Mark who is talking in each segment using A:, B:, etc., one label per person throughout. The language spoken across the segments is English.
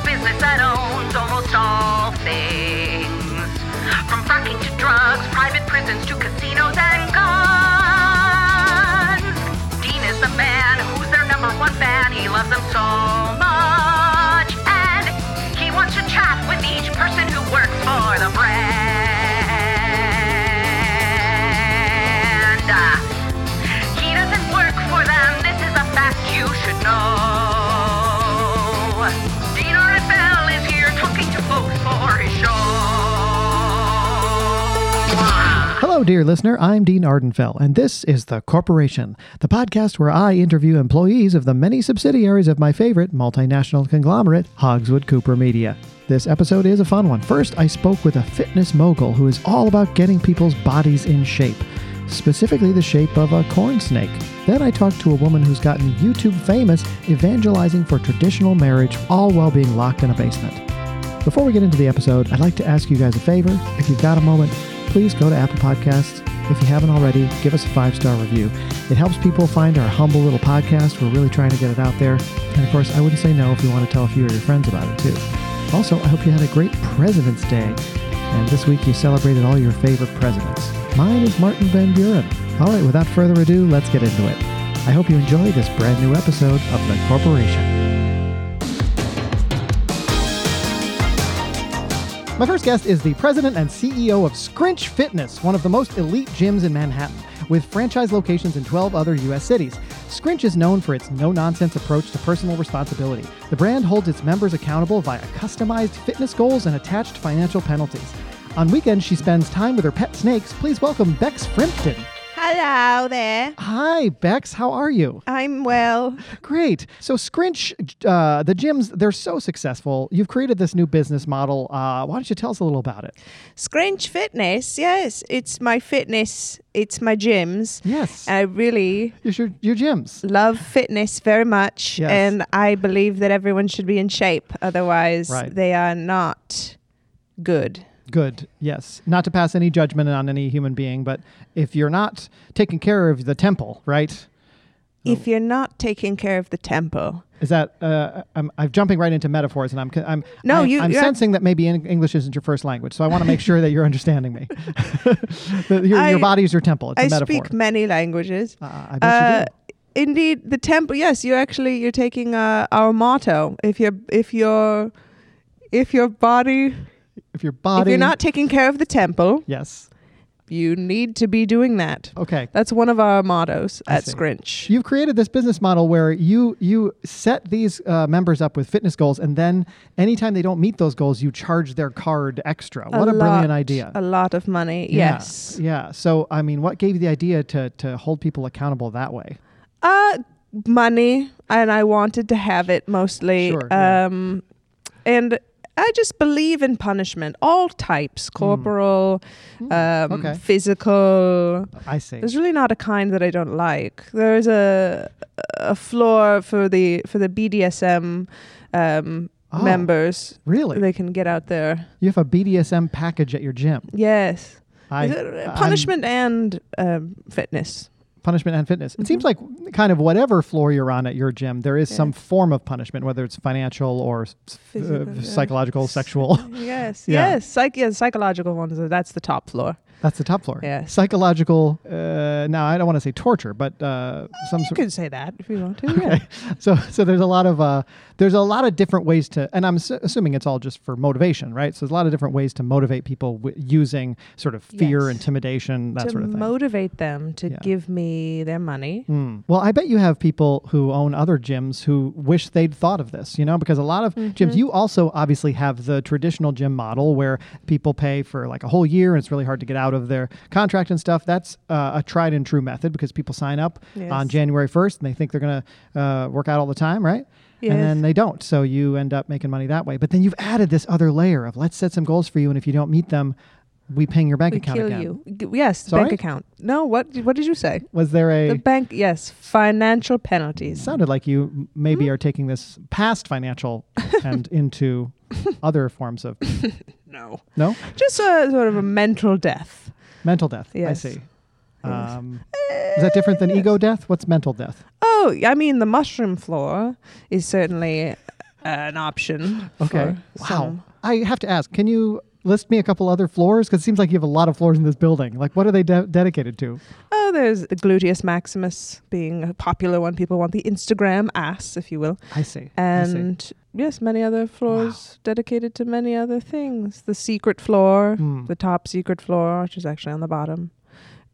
A: business that owns almost all things. From fracking to drugs, private prisons to casinos and guns. Dean is the man who's their number one fan. He loves them so much. And he wants to chat with each person who works for the brand. He doesn't work for them. This is a fact you should know. Dean Bell is here talking to folks for his show.
B: Hello, dear listener. I'm Dean Ardenfell, and this is The Corporation, the podcast where I interview employees of the many subsidiaries of my favorite multinational conglomerate, Hogswood Cooper Media. This episode is a fun one. First, I spoke with a fitness mogul who is all about getting people's bodies in shape, specifically the shape of a corn snake. Then I talked to a woman who's gotten YouTube famous evangelizing for traditional marriage, all while being locked in a basement. Before we get into the episode, I'd like to ask you guys a favor. If you've got a moment, please go to Apple Podcasts. If you haven't already, give us a five star review. It helps people find our humble little podcast. We're really trying to get it out there. And of course, I wouldn't say no if you want to tell a few of your friends about it too. Also, I hope you had a great President's Day. And this week you celebrated all your favorite presidents. Mine is Martin Van Buren. All right, without further ado, let's get into it. I hope you enjoy this brand new episode of The Corporation. My first guest is the president and CEO of Scrinch Fitness, one of the most elite gyms in Manhattan, with franchise locations in 12 other U.S. cities. Scrinch is known for its no nonsense approach to personal responsibility. The brand holds its members accountable via customized fitness goals and attached financial penalties. On weekends, she spends time with her pet snakes. Please welcome Bex Frimpton.
C: Hello there.
B: Hi, Bex. How are you?
C: I'm well.
B: Great. So, Scrinch, uh, the gyms, they're so successful. You've created this new business model. Uh, why don't you tell us a little about it?
C: Scringe Fitness, yes. It's my fitness, it's my gyms.
B: Yes.
C: I really
B: It's your, your gyms.
C: love fitness very much.
B: Yes.
C: And I believe that everyone should be in shape. Otherwise,
B: Right.
C: they are not good.
B: Good. Yes. Not to pass any judgment on any human being, but if you're not taking care of the temple, right?
C: If you're not taking care of the temple,
B: Is that uh, I'm, I'm jumping right into metaphors, and I'm co- I'm
C: No,
B: I'm,
C: you-
B: I'm
C: you're-
B: sensing that maybe en- English isn't your first language, so I want to make sure that you're understanding me. That your,
C: I-
B: your body is your temple. It's a
C: I
B: metaphor.
C: speak many languages.
B: uh, I bet you do.
C: Indeed, the temple. Yes, you're actually you're taking uh, our motto. If you're if you're if your body
B: If your body,
C: if you're not taking care of the temple,
B: yes,
C: you need to be doing that.
B: okay.
C: That's one of our mottos
B: I
C: at
B: see.
C: Scrinch.
B: You've created this business model where you you set these uh, members up with fitness goals, and then anytime they don't meet those goals, you charge their card extra. what a brilliant
C: lot-
B: idea!
C: A lot of money.
B: Yeah,
C: Yes.
B: Yeah. So I mean, what gave you the idea to to hold people accountable that way?
C: Uh money and I wanted to have it mostly.
B: Sure, yeah.
C: um and I just believe in punishment, all types, corporal, um,
B: Mm. okay.
C: physical.
B: I see.
C: There's really not a kind that I don't like. There is a a floor for the for the BDSM um,
B: Oh.
C: members.
B: Really?
C: They can get out there.
B: you have a BDSM package at your gym.
C: Yes.
B: I,
C: Is it, uh,
B: I'm-
C: punishment and um, fitness.
B: punishment and fitness. It seems like kind of whatever floor you're on at your gym, there is
C: Mm-hmm.
B: some
C: Yeah.
B: form of punishment, whether it's financial or s- s-
C: Physical,
B: uh,
C: yeah.
B: psychological, sexual.
C: Yes,
B: Yeah.
C: yes, psych, yes, psychological ones. uh, That's the top floor.
B: That's the top floor.
C: Yes.
B: Psychological. Uh, now I don't want to say torture, but uh, some
C: You
B: sort.
C: could say that if you want to. Yeah.
B: Okay. So so there's a lot of uh, there's a lot of different ways to, and I'm s- assuming it's all just for motivation, right? So there's a lot of different ways to motivate people w- using sort of fear,
C: Yes.
B: intimidation, that
C: to
B: sort of thing.
C: motivate them to
B: Yeah.
C: give me their money.
B: Mm. Well, I bet you have people who own other gyms who wish they'd thought of this, you know, because a lot of
C: Mm-hmm.
B: gyms, you also obviously have the traditional gym model where people pay for like a whole year and it's really hard to get out of their contract and stuff. That's uh, a tried and true method because people sign up on
C: Yes.
B: January 1st and they think they're going to uh, work out all the time, right? And then
C: Yes.
B: they don't. So you end up making money that way. But then you've added this other layer of let's set some goals for you. And if you don't meet them, we ping your bank
C: We
B: account
C: kill
B: again.
C: you. G- Yes, the
B: Sorry?
C: bank account. No, what what did you say?
B: Was there a.
C: The bank. Yes, financial penalties.
B: sounded like you m- maybe
C: Hmm?
B: are taking this past financial and into other forms of
C: No,
B: no
C: just a sort of a mental death.
B: mental death.
C: Yes.
B: I see.
C: Yes. Eh,
B: Um, is that different than ego death? What's mental death?
C: Oh, I mean, the mushroom floor is certainly an option.
B: Okay.
C: for
B: Wow.
C: some.
B: I have to ask, can you list me a couple other floors? Because it seems like you have a lot of floors in this building. Like, what are they de- dedicated to?
C: Oh, there's the gluteus maximus being a popular one. People want the Instagram ass, if you will.
B: I see. I see.
C: And yes, many other floors dedicated to many other things. The secret floor,
B: Hmm.
C: the top secret floor, which is actually on the bottom.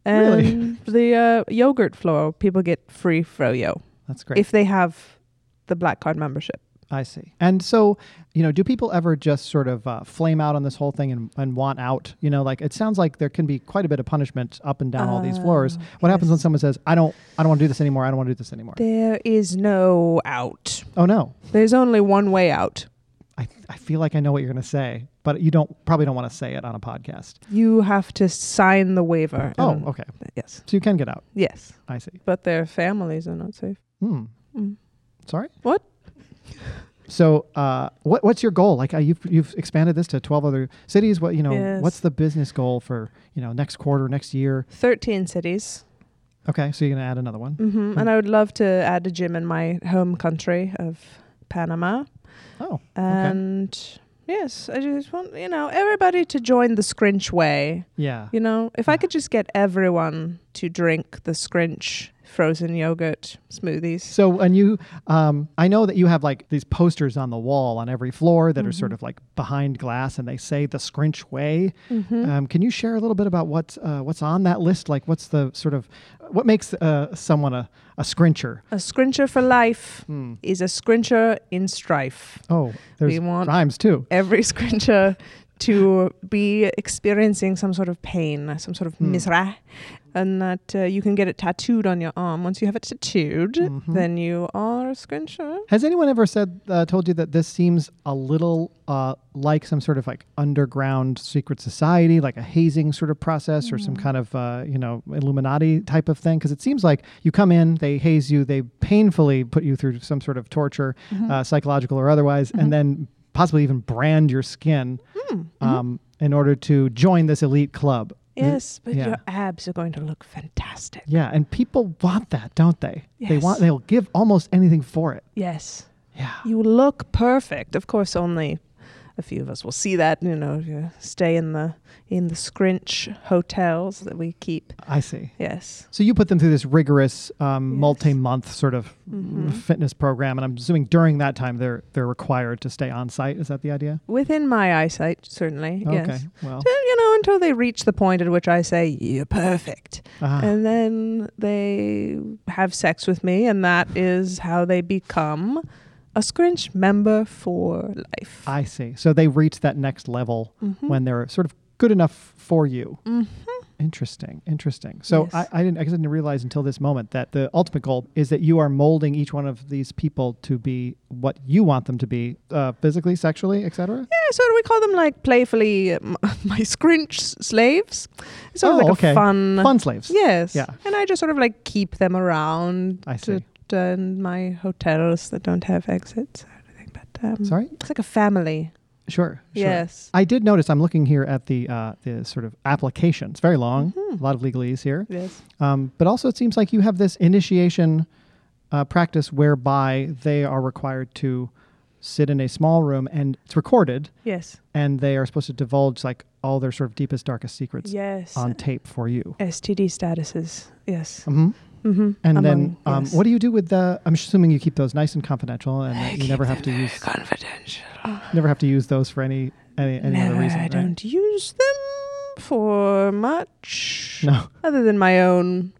B: Really?
C: And the uh, yogurt floor, people get free froyo
B: That's great.
C: if they have the black card membership.
B: I see. And so, you know, do people ever just sort of uh, flame out on this whole thing and, and want out? You know, like it sounds like there can be quite a bit of punishment up and down all these floors.
C: Oh,
B: What happens when
C: yes.
B: someone says, "I don't, I don't want to do this anymore. I don't want to do this anymore"?
C: There is no out.
B: oh no,
C: There's only one way out.
B: I, I feel like I know what you're going to say, but you don't probably don't want to say it on a podcast.
C: You have to sign the waiver.
B: Oh,
C: and-
B: okay.
C: Yes.
B: So you can get out.
C: Yes.
B: I see.
C: But their families are not safe.
B: Hmm.
C: Mm.
B: Sorry.
C: What?
B: So, uh, what what's your goal? Like, uh, you've you've expanded this to twelve other cities. What you know?
C: Yes.
B: What's the business goal for you know next quarter, next year?
C: 13 cities.
B: Okay, so you're gonna add another one.
C: hmm And I would love to add a gym in my home country of Panama.
B: Oh,
C: And yes, I just want, you know, everybody to join the Scrinch way.
B: yeah.
C: You know, if I
B: Yeah.
C: could just get everyone to drink the Scrinch frozen yogurt smoothies.
B: So, and you, um, I know that you have like these posters on the wall on every floor that are
C: Mm-hmm.
B: sort of like behind glass, and they say the Scrinch Way.
C: Mm-hmm.
B: Um, can you share a little bit about what uh, what's on that list? Like, what's the sort of what makes uh, someone a, a Scrincher?
C: A Scrincher for life
B: Hmm.
C: is a Scrincher in strife.
B: Oh, there's
C: We want-
B: rhymes too.
C: Every Scrincher to be experiencing some sort of pain, some sort of
B: Hmm.
C: misra, and that uh, you can get it tattooed on your arm. Once you have it tattooed,
B: Mhm.
C: then you are a Scrincher.
B: Has anyone ever said uh, told you that this seems a little uh, like some sort of like underground secret society, like a hazing sort of process, or
C: Mm.
B: some kind of uh, you know Illuminati type of thing? Because it seems like you come in, they haze you, they painfully put you through some sort of torture,
C: Mm-hmm.
B: uh, psychological or otherwise, and then possibly even brand your skin
C: Mm.
B: um, in order to join this elite club.
C: Mm-hmm. Yes, but
B: yeah.
C: your abs are going to look fantastic.
B: Yeah, and people want that, don't they? They
C: Yes.
B: want. They'll give almost anything for it.
C: Yes.
B: Yeah.
C: You look perfect. Of course, only a few of us will see that. You know, if you stay in the in the scrinch hotels that we keep.
B: I see.
C: Yes.
B: So you put them through this rigorous um,
C: Yes. Mm-hmm.
B: multi-month sort of fitness program, and I'm assuming during that time they're they're required to stay on site. Is that the idea?
C: Within my eyesight, certainly.
B: Okay.
C: Yes.
B: Well.
C: So, You know, until they reach the point at which I say you're perfect,
B: ah,
C: and then they have sex with me, and that is how they become a scrinch member for life. Mm-hmm.
B: I see. So they reach that next level Ah,
C: Hmm.
B: when they're sort of good enough for you.
C: Mhm.
B: Interesting. Interesting. So
C: Yes.
B: I, I didn't I guess I didn't realize until this moment that the ultimate goal is that you are molding each one of these people to be what you want them to be, uh, physically, sexually, etc.
C: Yeah, so we call them like playfully uh, m- my scrinch s- slaves. It's sort
B: Oh,
C: of like
B: okay.
C: a fun,
B: Fun slaves.
C: Yes.
B: Yeah.
C: And I just sort of like keep them around
B: I
C: to-
B: see.
C: and my hotels that don't have exits. or anything, But um,
B: Sorry.
C: it's like a family.
B: Sure. Sure.
C: Yes.
B: I did notice. I'm looking here at the uh, the sort of application. It's very long.
C: Mhm.
B: A lot of legalese here,
C: Yes.
B: um, but also it seems like you have this initiation uh, practice whereby they are required to sit in a small room and it's recorded,
C: Yes.
B: and they are supposed to divulge like all their sort of deepest, darkest secrets
C: Yes.
B: on tape for you.
C: STD statuses. Yes.
B: hmm
C: Mm-hmm.
B: And then, um, what do you do with the? I'm assuming you keep those nice and confidential, and that you never have to use
C: confidential.
B: never have to use those for any any, any
C: Never.
B: other reason.
C: I
B: right?
C: don't use them for much.
B: No.
C: other than my own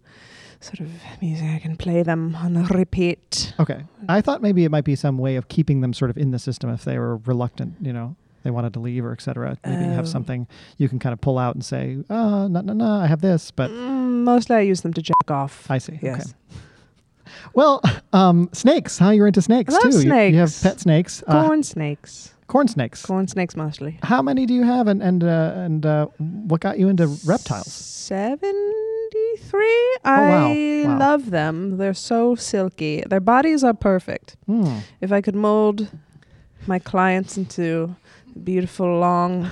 C: sort of music, I can play them on a repeat.
B: Okay. I thought maybe it might be some way of keeping them sort of in the system if they were reluctant, you know, they wanted to leave or et cetera. Maybe you have
C: Oh.
B: something you can kind of pull out and say, uh, no, no, no, I have this, but
C: Mm, mostly I use them to jack off.
B: I see.
C: Yes.
B: Okay. Well, um, snakes, huh? You're into snakes
C: I love
B: too. You- You, have
C: snakes.
B: pet snakes, uh,
C: Corn snakes.
B: corn snakes.
C: Corn snakes mostly.
B: How many do you have and, and, uh, and uh, what got you into reptiles? Oh,
C: 73.
B: wow.
C: I
B: Wow.
C: love them. They're so silky. Their bodies are perfect.
B: Hmm.
C: If I could mold my clients into beautiful, long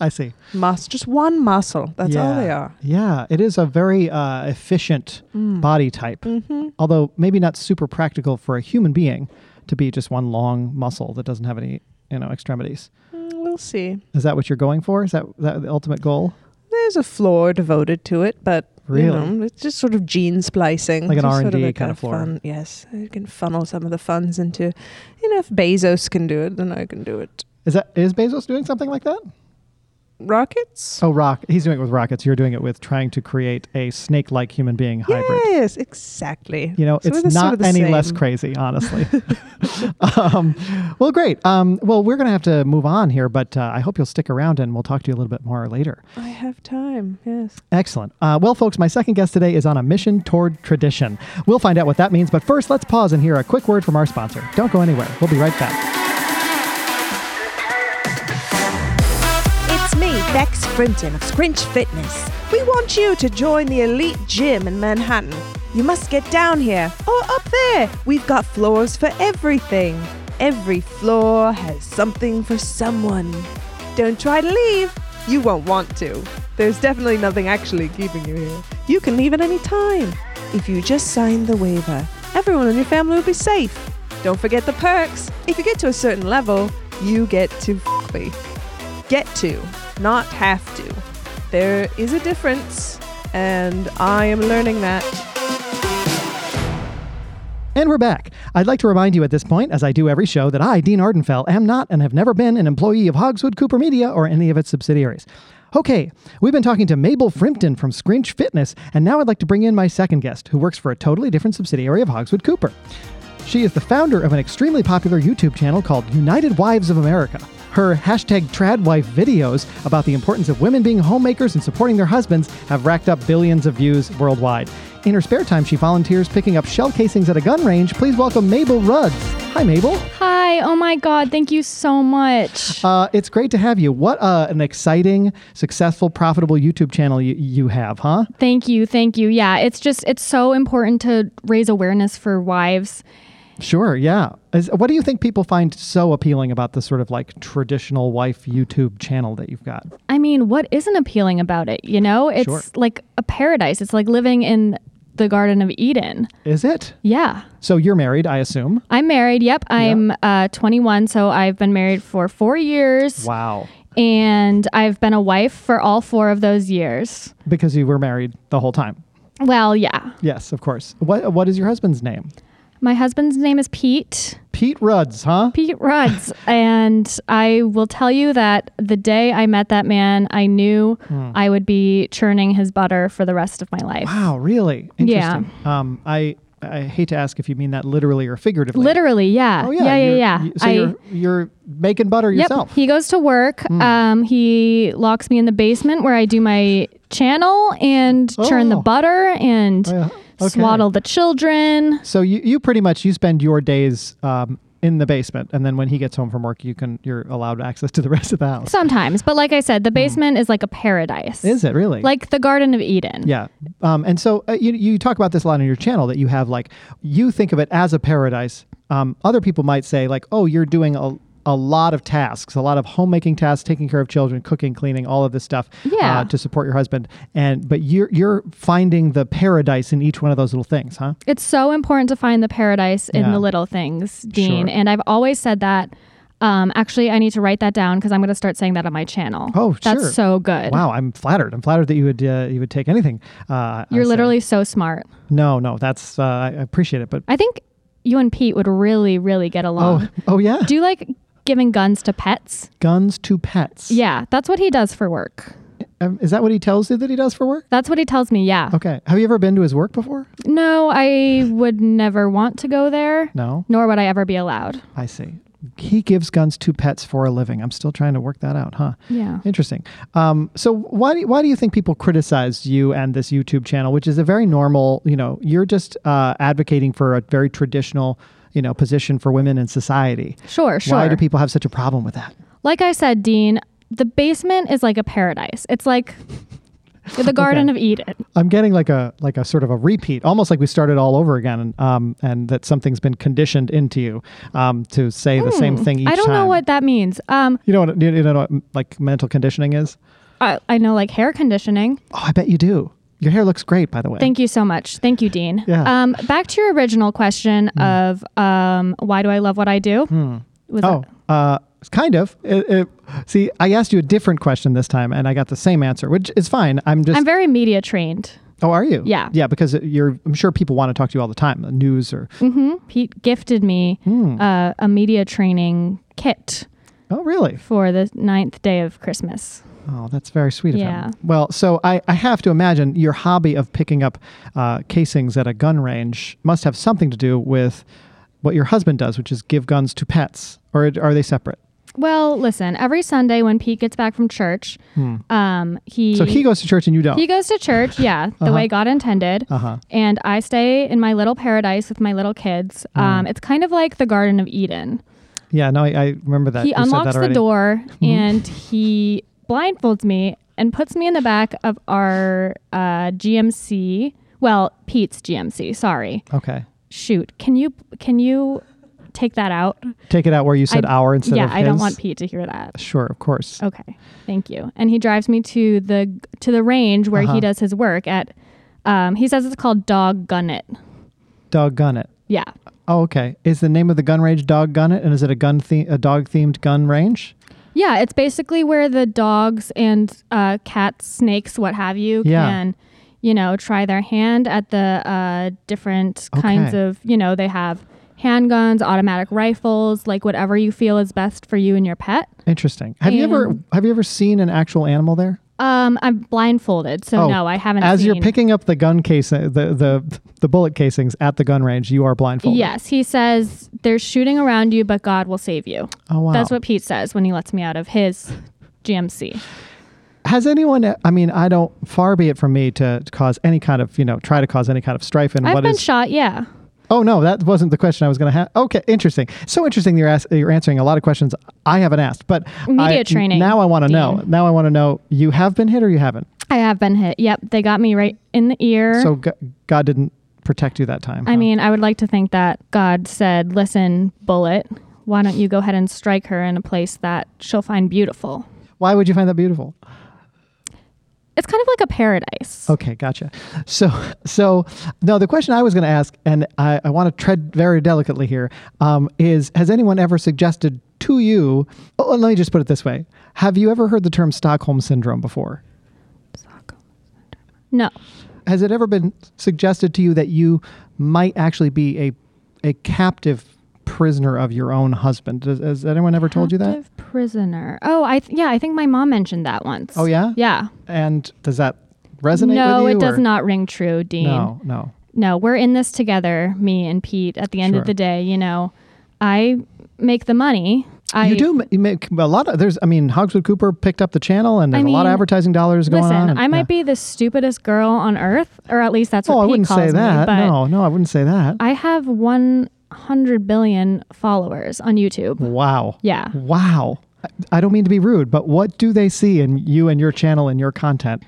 B: I see.
C: muscle, just one muscle, that's all
B: Yeah.
C: they are.
B: Yeah, it is a very uh, efficient body type.
C: Mm-hmm.
B: although maybe not super practical for a human being to be just one long muscle that doesn't have any, you know, extremities.
C: Mm, We'll see.
B: Is that what you're going for? Is that, that the ultimate goal?
C: There's a floor devoted to it, but you
B: Really?
C: know, it's just sort of gene splicing,
B: Like an
C: Just sort
B: R&D
C: like
B: kind
C: a
B: of floor.
C: Fun, yes, you can funnel some of the funds into. You know, if Bezos can do it, then I can do it.
B: Is that is Bezos doing something like that?
C: Rockets.
B: Oh, rock. He's doing it with rockets. You're doing it with trying to create a snake-like human being hybrid.
C: Yes, exactly.
B: You know,
C: So
B: it's
C: they're sort
B: not
C: of the
B: any less
C: same.
B: crazy, honestly. um, well, great. Um, well, we're going to have to move on here, but uh, I hope you'll stick around and we'll talk to you a little bit more later.
C: I have time. Yes.
B: Excellent. Uh, well, folks, my second guest today is on a mission toward tradition. We'll find out what that means, but first, let's pause and hear a quick word from our sponsor. Don't go anywhere. We'll be right back.
C: It's me, Bex Brinton of Scrinch Fitness. We want you to join the elite gym in Manhattan. You must get down here or up there. We've got floors for everything. Every floor has something for someone. Don't try to leave. You won't want to. There's definitely nothing actually keeping you here. You can leave at any time. If you just sign the waiver, everyone in your family will be safe. Don't forget the perks. If you get to a certain level, you get to f me get to, not have to. There is a difference, and I am learning that.
B: And we're back. I'd like to remind you at this point, as I do every show, that I, Dean Ardenfell, am not and have never been an employee of Hogswood Cooper Media or any of its subsidiaries. Okay, we've been talking to Mabel Frimpton from Scrinch Fitness, and now I'd like to bring in my second guest, who works for a totally different subsidiary of Hogswood Cooper. She is the founder of an extremely popular YouTube channel called United Wives of America. Her hashtag TradWife videos about the importance of women being homemakers and supporting their husbands have racked up billions of views worldwide. In her spare time, she volunteers picking up shell casings at a gun range. Please welcome Mabel Rudds. Hi, Mabel.
D: Hi, oh my god, thank you so much.
B: Uh, it's great to have you. What uh, an exciting, successful, profitable YouTube channel you, you have, huh?
D: thank you, thank you. Yeah, it's just it's so important to raise awareness for wives.
B: Sure, yeah. Is, what do you think people find so appealing about the sort of like traditional wife YouTube channel that you've got?
D: I mean, what isn't appealing about it, you know? It's
B: Sure.
D: like a paradise. It's like living in the garden of Eden.
B: Is it?
D: Yeah.
B: So you're married, I assume.
D: I'm married. Yep, I'm uh 21, so I've been married for 4 years
B: Wow.
D: and I've been a wife for all 4 of those years.
B: Because you were married the whole time.
D: Well, yeah.
B: Yes, of course. What What is your husband's name?
D: My husband's name is Pete.
B: Pete Rudds, huh?
D: Pete Rudds. and I will tell you that the day I met that man, I knew I would be churning his butter for the rest of my life.
B: Hmm. Wow, really
D: Yeah.
B: interesting. Um, I I hate to ask if you mean that literally or figuratively.
D: Literally, yeah.
B: Oh yeah.
D: yeah, yeah,
B: you're-
D: yeah.
B: you- so
D: I-
B: you're you're making butter
D: yep.
B: yourself. Hmm.
D: He goes to work. Um, he locks me in the basement where I do my channel and churn the
B: Oh.
D: butter and
B: Yeah, okay.
D: swaddle the children.
B: so you you pretty much you spend your days um, in the basement, and then when he gets home from work, you can you're allowed access to the rest of the house.
D: Sometimes, but like I said, the basement is like a paradise.
B: Hmm. Is it really?
D: Like the Garden of Eden.
B: Yeah. Um, and so uh, you, you talk about this a lot on your channel that you have like, you think of it as a paradise. Um, other people might say, like, oh, you're doing a, a lot of tasks, a lot of homemaking tasks, taking care of children, cooking, cleaning, all of this stuff
D: Yeah.
B: uh, to support your husband. And but you're you're finding the paradise in each one of those little things, huh?
D: It's so important to find the paradise in
B: Yeah.
D: the little things, Dean.
B: Sure.
D: And I've always said that. Um, actually, I need to write that down because I'm going to start saying that on my channel.
B: Oh,
D: that's
B: sure.
D: so good.
B: Wow, I'm flattered. I'm flattered that you would uh, you would take anything. Uh, I
D: you're
B: say.
D: literally so smart.
B: no, no. That's uh, I appreciate it, but
D: I think you and Pete would really, really get along.
B: oh, oh yeah,
D: Do you like giving guns to pets?
B: guns to pets.
D: Yeah, that's what he does for work.
B: Um, is that what he tells you that he does for work?
D: That's what he tells me. Yeah.
B: Okay. Have you ever been to his work before?
D: No, I would never want to go there.
B: No.
D: Nor would I ever be allowed.
B: I see. He gives guns to pets for a living. I'm still trying to work that out, huh?
D: Yeah.
B: Interesting. Um, so why do, why do you think people criticize you and this YouTube channel, which is a very normal, you know, you're just uh, advocating for a very traditional, you know, position for women in society.
D: Sure. Sure.
B: Why do people have such a problem with that?
D: like I said, Dean, the basement is like a paradise. It's like the Garden
B: Okay.
D: of Eden.
B: I'm getting like a like a sort of a repeat, almost like we started all over again, and um, and that something's been conditioned into you um, to say the same thing each time.
D: Hmm. I don't know what that means. Um,
B: you know what you know what like mental conditioning is.
D: I, I know like hair conditioning.
B: Oh, I bet you do. Your hair looks great, by the way.
D: Thank you so much. Thank you, Dean.
B: Yeah. Hmm.
D: Um, back to your original question of um, why do I love what I do? Was
B: Oh, uh, it's kind of. It, it, see, I asked you a different question this time, and I got the same answer, which is fine. I'm just.
D: I'm very media trained.
B: oh, are you?
D: Yeah.
B: Yeah, because you're. I'm sure people want to talk to you all the time, the news or.
D: Mm. Pete gifted me
B: Hmm.
D: uh, a media training kit
B: Oh, really?
D: for the ninth day of Christmas.
B: Oh, that's very sweet of
D: Yeah.
B: him. Well, so I, I have to imagine your hobby of picking up uh, casings at a gun range must have something to do with what your husband does, which is give guns to pets, or are they separate?
D: Well, listen, every Sunday when Pete gets back from church,
B: Hmm.
D: um, he
B: So he goes to church and you don't.
D: He goes to church, yeah, the way God intended.
B: Uh-huh.
D: And I stay in my little paradise with my little kids.
B: Mm.
D: Um, it's kind of like the Garden of Eden.
B: yeah, no, I, I remember that.
D: He
B: You said that
D: unlocks the
B: already. Mm-hmm.
D: door and he blindfolds me and puts me in the back of our uh, GMC. Well, Pete's GMC. Sorry.
B: Okay,
D: Shoot, can you can you take that out?
B: take it out where you said
D: I-
B: hour instead
D: yeah,
B: of
D: I don't
B: his.
D: want Oh. Pete to hear that.
B: Sure, of course.
D: Okay, thank you. And he drives me to the to the range where
B: Uh-huh.
D: he does his work at. Um, he says it's called Dog Gun It.
B: Dog gun it.
D: Yeah,
B: Oh, okay. Is the name of the gun range Dog Gun It, and is it a gun the- a dog themed gun range?
D: yeah. It's basically where the dogs and uh, cats, snakes, what have you,
B: Yeah.
D: can you know try their hand at the uh, different kinds
B: Okay.
D: of you know they have handguns, automatic rifles, like whatever you feel is best for you and your pet.
B: Interesting. Have you ever
D: And-
B: have you ever seen an actual animal there?
D: Um, I'm blindfolded, so no, I haven't.
B: Oh, As you're
D: seen-
B: picking up the gun case, uh, the the the bullet casings at the gun range, you are blindfolded.
D: Yes, he says there's shooting around you, but God will save you.
B: Oh wow.
D: That's what Pete says when he lets me out of his GMC.
B: Has anyone? I mean, I don't. Far be it from me to cause any kind of you know try to cause any kind of strife in
D: I've
B: what
D: been
B: is-
D: shot, yeah.
B: Oh no, that wasn't the question I was going to have. Okay, interesting. So interesting. You're ask, you're answering a lot of questions I haven't asked, but
D: Media
B: I-
D: training,
B: Now I want to know.
D: Dean.
B: Now I want to know. You have been hit or you haven't?
D: I have been hit. Yep, they got me right in the ear.
B: So G- God didn't protect you that time.
D: I
B: huh?
D: mean, I would like to think that God said, "Listen, bullet, why don't you go ahead and strike her in a place that she'll find beautiful?"
B: why would you find that beautiful?
D: It's kind of like a paradise.
B: Okay, gotcha. So, so no, the question I was going to ask, and I, I want to tread very delicately here, um, is has anyone ever suggested to you? Oh, let me just put it this way: Have you ever heard the term Stockholm syndrome before?
D: No.
B: Has it ever been suggested to you that you might actually be a a captive prisoner of your own husband? Has, has anyone ever told you that?
D: Captive prisoner. Oh, I th- yeah, I think my mom mentioned that once.
B: Oh, yeah?
D: Yeah.
B: And does that resonate?
D: no,
B: with you,
D: it does
B: or-
D: not ring true, Dean.
B: No, no.
D: no, we're in this together, me and Pete. At the end
B: Sure.
D: of the day, you know, I make the money. I
B: you do ma- you make a lot of there's i mean hogswood cooper picked up the channel and there's a lot of
D: mean,
B: advertising dollars going
D: Listen,
B: on and-
D: I might
B: yeah.
D: be the stupidest girl on earth, or at least that's what
B: oh i
D: Pete
B: wouldn't
D: calls
B: say that
D: me. But
B: no no i wouldn't say that
D: I have 100 billion followers on YouTube.
B: wow
D: Yeah.
B: wow I, I don't mean to be rude but what do they see in you and your channel and your content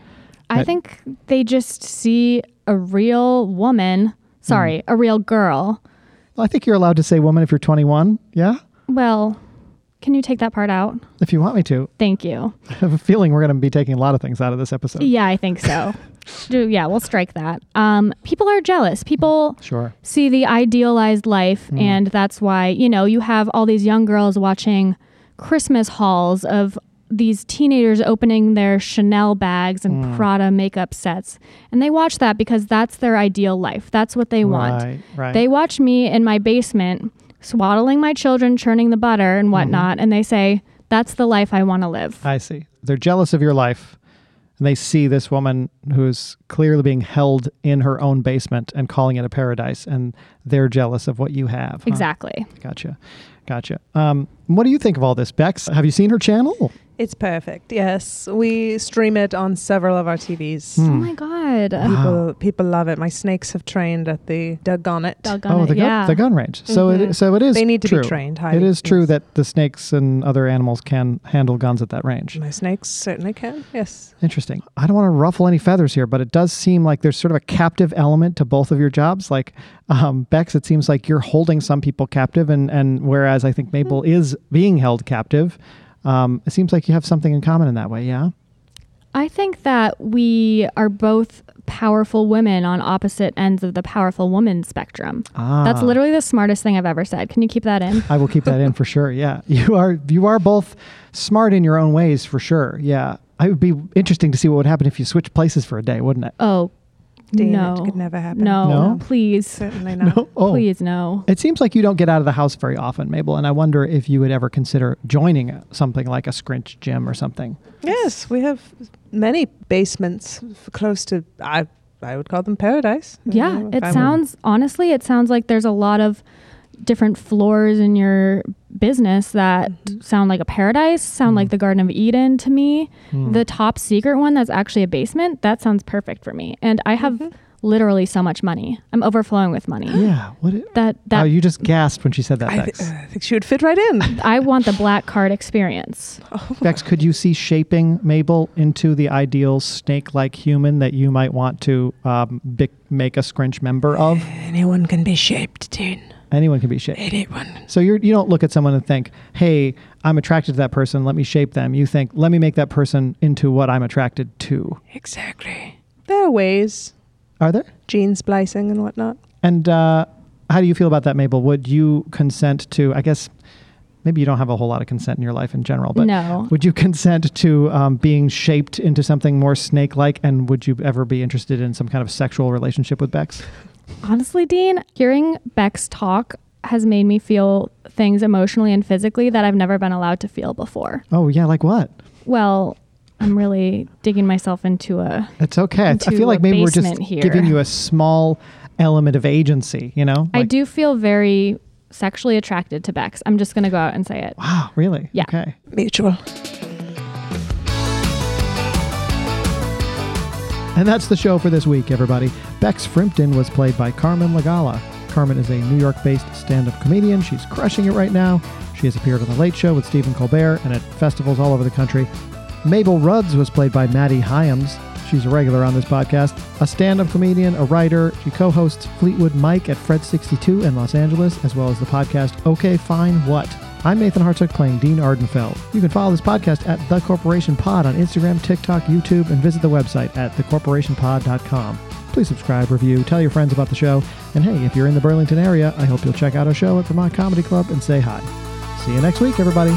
D: I think they just see a real woman. Sorry, a real girl.
B: well, i think you're allowed to say woman if you're 21 yeah
D: Well, can you take that part out?
B: if you want me to
D: Thank you.
B: i have a feeling we're going to be taking a lot of things out of this episode
D: Yeah, I think so. Do- yeah, we'll strike that. Um, people are jealous. People
B: sure
D: see the idealized life,
B: Mm.
D: and that's why you know you have all these young girls watching Christmas hauls of these teenagers opening their Chanel bags and
B: Mm.
D: Prada makeup sets, and they watch that because that's their ideal life. That's what they want.
B: right right
D: They watch me in my basement swaddling my children, churning the butter
B: Mm-hmm.
D: and whatnot, and they say that's the life I want to live.
B: I see. They're jealous of your life. And they see this woman who's clearly being held in her own basement and calling it a paradise. And they're jealous of what you have. huh?
D: Exactly.
B: Gotcha. Gotcha. Um, what do you think of all this, Bex? Have you seen her channel?
C: It's perfect. Yes, we stream it on several of our TVs.
B: Hmm.
D: Oh my god.
C: People, people love it. My snakes have trained at the doggone it.
D: Doggone
B: oh,
D: it,
B: the, gun,
D: yeah.
B: the gun range. So, it, so it is.
C: They need to be
B: true.
C: trained,
B: It
C: highly,
B: is true
C: yes.
B: that the snakes and other animals can handle guns at that range.
C: My snakes certainly can. Yes.
B: Interesting. I don't want to ruffle any feathers here, but it does seem like there's sort of a captive element to both of your jobs. Like um, Bex, it seems like you're holding some people captive, and and whereas I think
D: Hmm.
B: Maple is being held captive, um, it seems like you have something in common in that way. Yeah.
D: I think that we are both powerful women on opposite ends of the powerful woman spectrum.
B: Ah.
D: That's literally the smartest thing I've ever said. Can you keep that in?
B: I will keep that in for sure. Yeah, you are you are both smart in your own ways for sure. Yeah, it would be interesting to see what would happen if you switched places for a day, wouldn't it?
D: Oh,
C: Damn, it
D: no.
C: could never happen.
D: No,
B: No?
D: please.
C: Certainly not.
B: Oh,
D: Please, no.
B: It seems like you don't get out of the house very often, Mabel, and I wonder if you would ever consider joining a- something like a scrinch gym or something.
C: Yes, we have many basements f- close to. I I would call them paradise.
D: Yeah,
C: Mm,
D: it
C: I'm-
D: sounds honestly, it sounds like there's a lot of different floors in your business that
C: Mm-hmm.
D: sound like a paradise, sound
B: Mm.
D: like the Garden of Eden to me.
C: Hmm.
B: Hmm.
D: The top secret one that's actually a basement, that sounds perfect for me. And I have literally so much money. I'm overflowing with money.
B: Mm-hmm. Yeah. What? It,
D: that
B: oh,
D: that
B: you just gasped when she said that,
C: I, th-
B: Bex.
C: I think she would fit right in.
D: I want the black card experience.
B: Bex, could you see shaping Mabel into the ideal snake-like human that you might want to um, bic- make a scrinch member of?
C: Anyone can be shaped, Dean.
B: Anyone can be shaped.
C: Anyone.
B: So you're, you don't look at someone and think, hey, I'm attracted to that person. Let me shape them. You think, let me make that person into what I'm attracted to.
C: Exactly. There are ways,
B: Are there?
C: gene splicing and whatnot.
B: And uh, how do you feel about that, Mabel? Would you consent to, I guess, maybe you don't have a whole lot of consent in your life in general, but
D: No.
B: would you consent to um, being shaped into something more snake like? And would you ever be interested in some kind of sexual relationship with Bex?
D: Honestly, Dean, hearing Beck's talk has made me feel things emotionally and physically that I've never been allowed to feel before.
B: Oh, yeah, like what?
D: Well, I'm really digging myself into a.
B: It's okay. I- I
D: Into
B: feel like
D: a
B: maybe we're just
D: basement here.
B: giving you a small element of agency, you know?
D: I
B: Like,
D: do feel very sexually attracted to Bex. I'm just going to go out and say it.
B: Wow, ah, really?
D: Yeah.
B: Okay.
C: Mutual.
B: And that's the show for this week, everybody. Bex Frimpton was played by Carmen Lagala. Carmen is a New York based stand up comedian. She's crushing it right now. She has appeared on The Late Show with Stephen Colbert and at festivals all over the country. Mabel Rudds was played by Maddie Hyams. She's a regular on this podcast, a stand up comedian, a writer. She co hosts Fleetwood Mike at Fred 62 in Los Angeles, as well as the podcast OK Fine What. I'm Nathan Hartsook playing Dean Ardenfeld. You can follow this podcast at The Corporation Pod on Instagram, TikTok, YouTube, and visit the website at thecorporationpod.com. Please subscribe, review, tell your friends about the show, and hey, if you're in the Burlington area, I hope you'll check out our show at Vermont Comedy Club and say hi. See you next week, everybody.